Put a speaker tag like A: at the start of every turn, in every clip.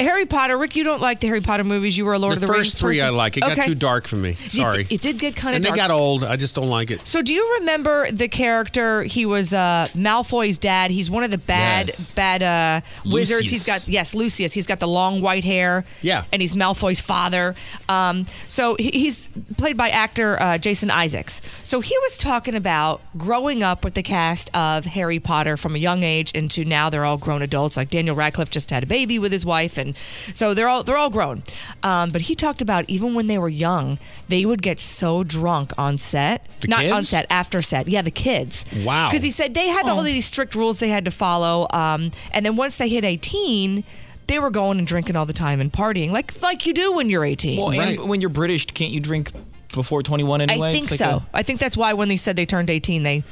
A: Harry Potter. Rick, you don't like the Harry Potter movies. You were a Lord of the
B: the
A: Rings
B: first three I
A: person.
B: like. It got
A: Okay.
B: too dark for me.
A: It-
B: Sorry.
A: It, did get kind of
B: and they
A: dark.
B: got old. I just don't like it.
A: so do you remember the character? He was uh, Malfoy's dad. He's one of the bad
B: Yes.
A: bad uh, wizards. He's
B: Lucius.
A: got yes, Lucius. He's got the long white hair.
B: Yeah.
A: and he's Malfoy's father. Um, so he, he's played by actor uh, Jason Isaacs. So he was talking about growing up with the cast of Harry Potter from a young age into now they're all grown adults. Like Daniel Radcliffe just had a baby with his wife, and so they're all they're all grown. Um, but he talked about even when they were young, they would get so drunk on set,
B: The
A: not on
B: kids?
A: set, after set. Yeah, the kids.
B: Wow.
A: Because he said they had
C: Oh.
A: all these strict rules they had to follow, um, and then once they hit eighteen. They were going and drinking all the time and partying, like like you do when you're 18.
C: Well,
B: Right.
C: and when you're British, can't you drink before 21 anyway?
A: I think
C: It's like
A: so.
C: a-
A: I think that's why when they said they turned 18, they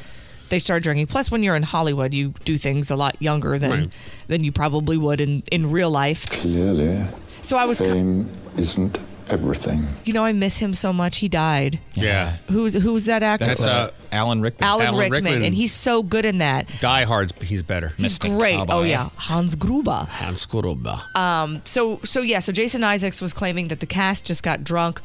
A: they started drinking. Plus, when you're in Hollywood, you do things a lot younger than
B: Right.
A: than you probably would in in real life.
D: Clearly,
A: So I was, ki-
D: fame isn't everything.
A: you know, I miss him so much. He died.
B: Yeah.
A: Who's who's that actor?
C: that's
B: That's,
C: uh, Alan Rickman.
A: Alan,
B: Alan
A: Rickman,
B: Rickman.
A: and he's so good in that.
B: Die Hard's he's better.
A: He's great. Oh
C: cowboy.
A: yeah, Hans Gruber.
B: Hans Gruber.
A: Um, So so yeah. So Jason Isaacs was claiming that the cast just got drunk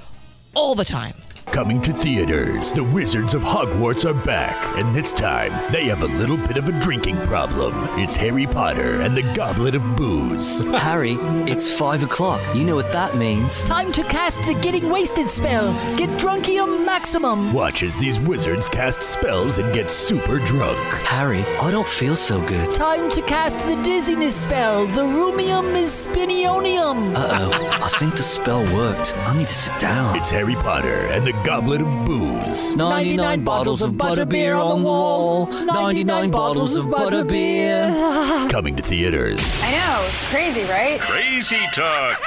A: all the time.
E: Coming to theaters, the Wizards of Hogwarts are back, and this time they have a little bit of a drinking problem. It's Harry Potter and the Goblet of Booze.
F: Harry, it's five o'clock. You know what that means.
G: Time to cast the Getting Wasted spell. Get Drunkium Maximum.
E: Watch as these wizards cast spells and get super drunk.
F: Harry, I don't feel so good.
G: Time to cast the Dizziness spell. The Rumium is Spinionium.
F: Uh oh, I think the spell worked. I need to sit down.
E: It's Harry Potter and the Goblet of Booze.
F: 99 bottles of butterbeer on the wall. 99 bottles of butterbeer.
E: Coming to theaters.
H: I know, it's crazy, right?
E: Crazy Talk.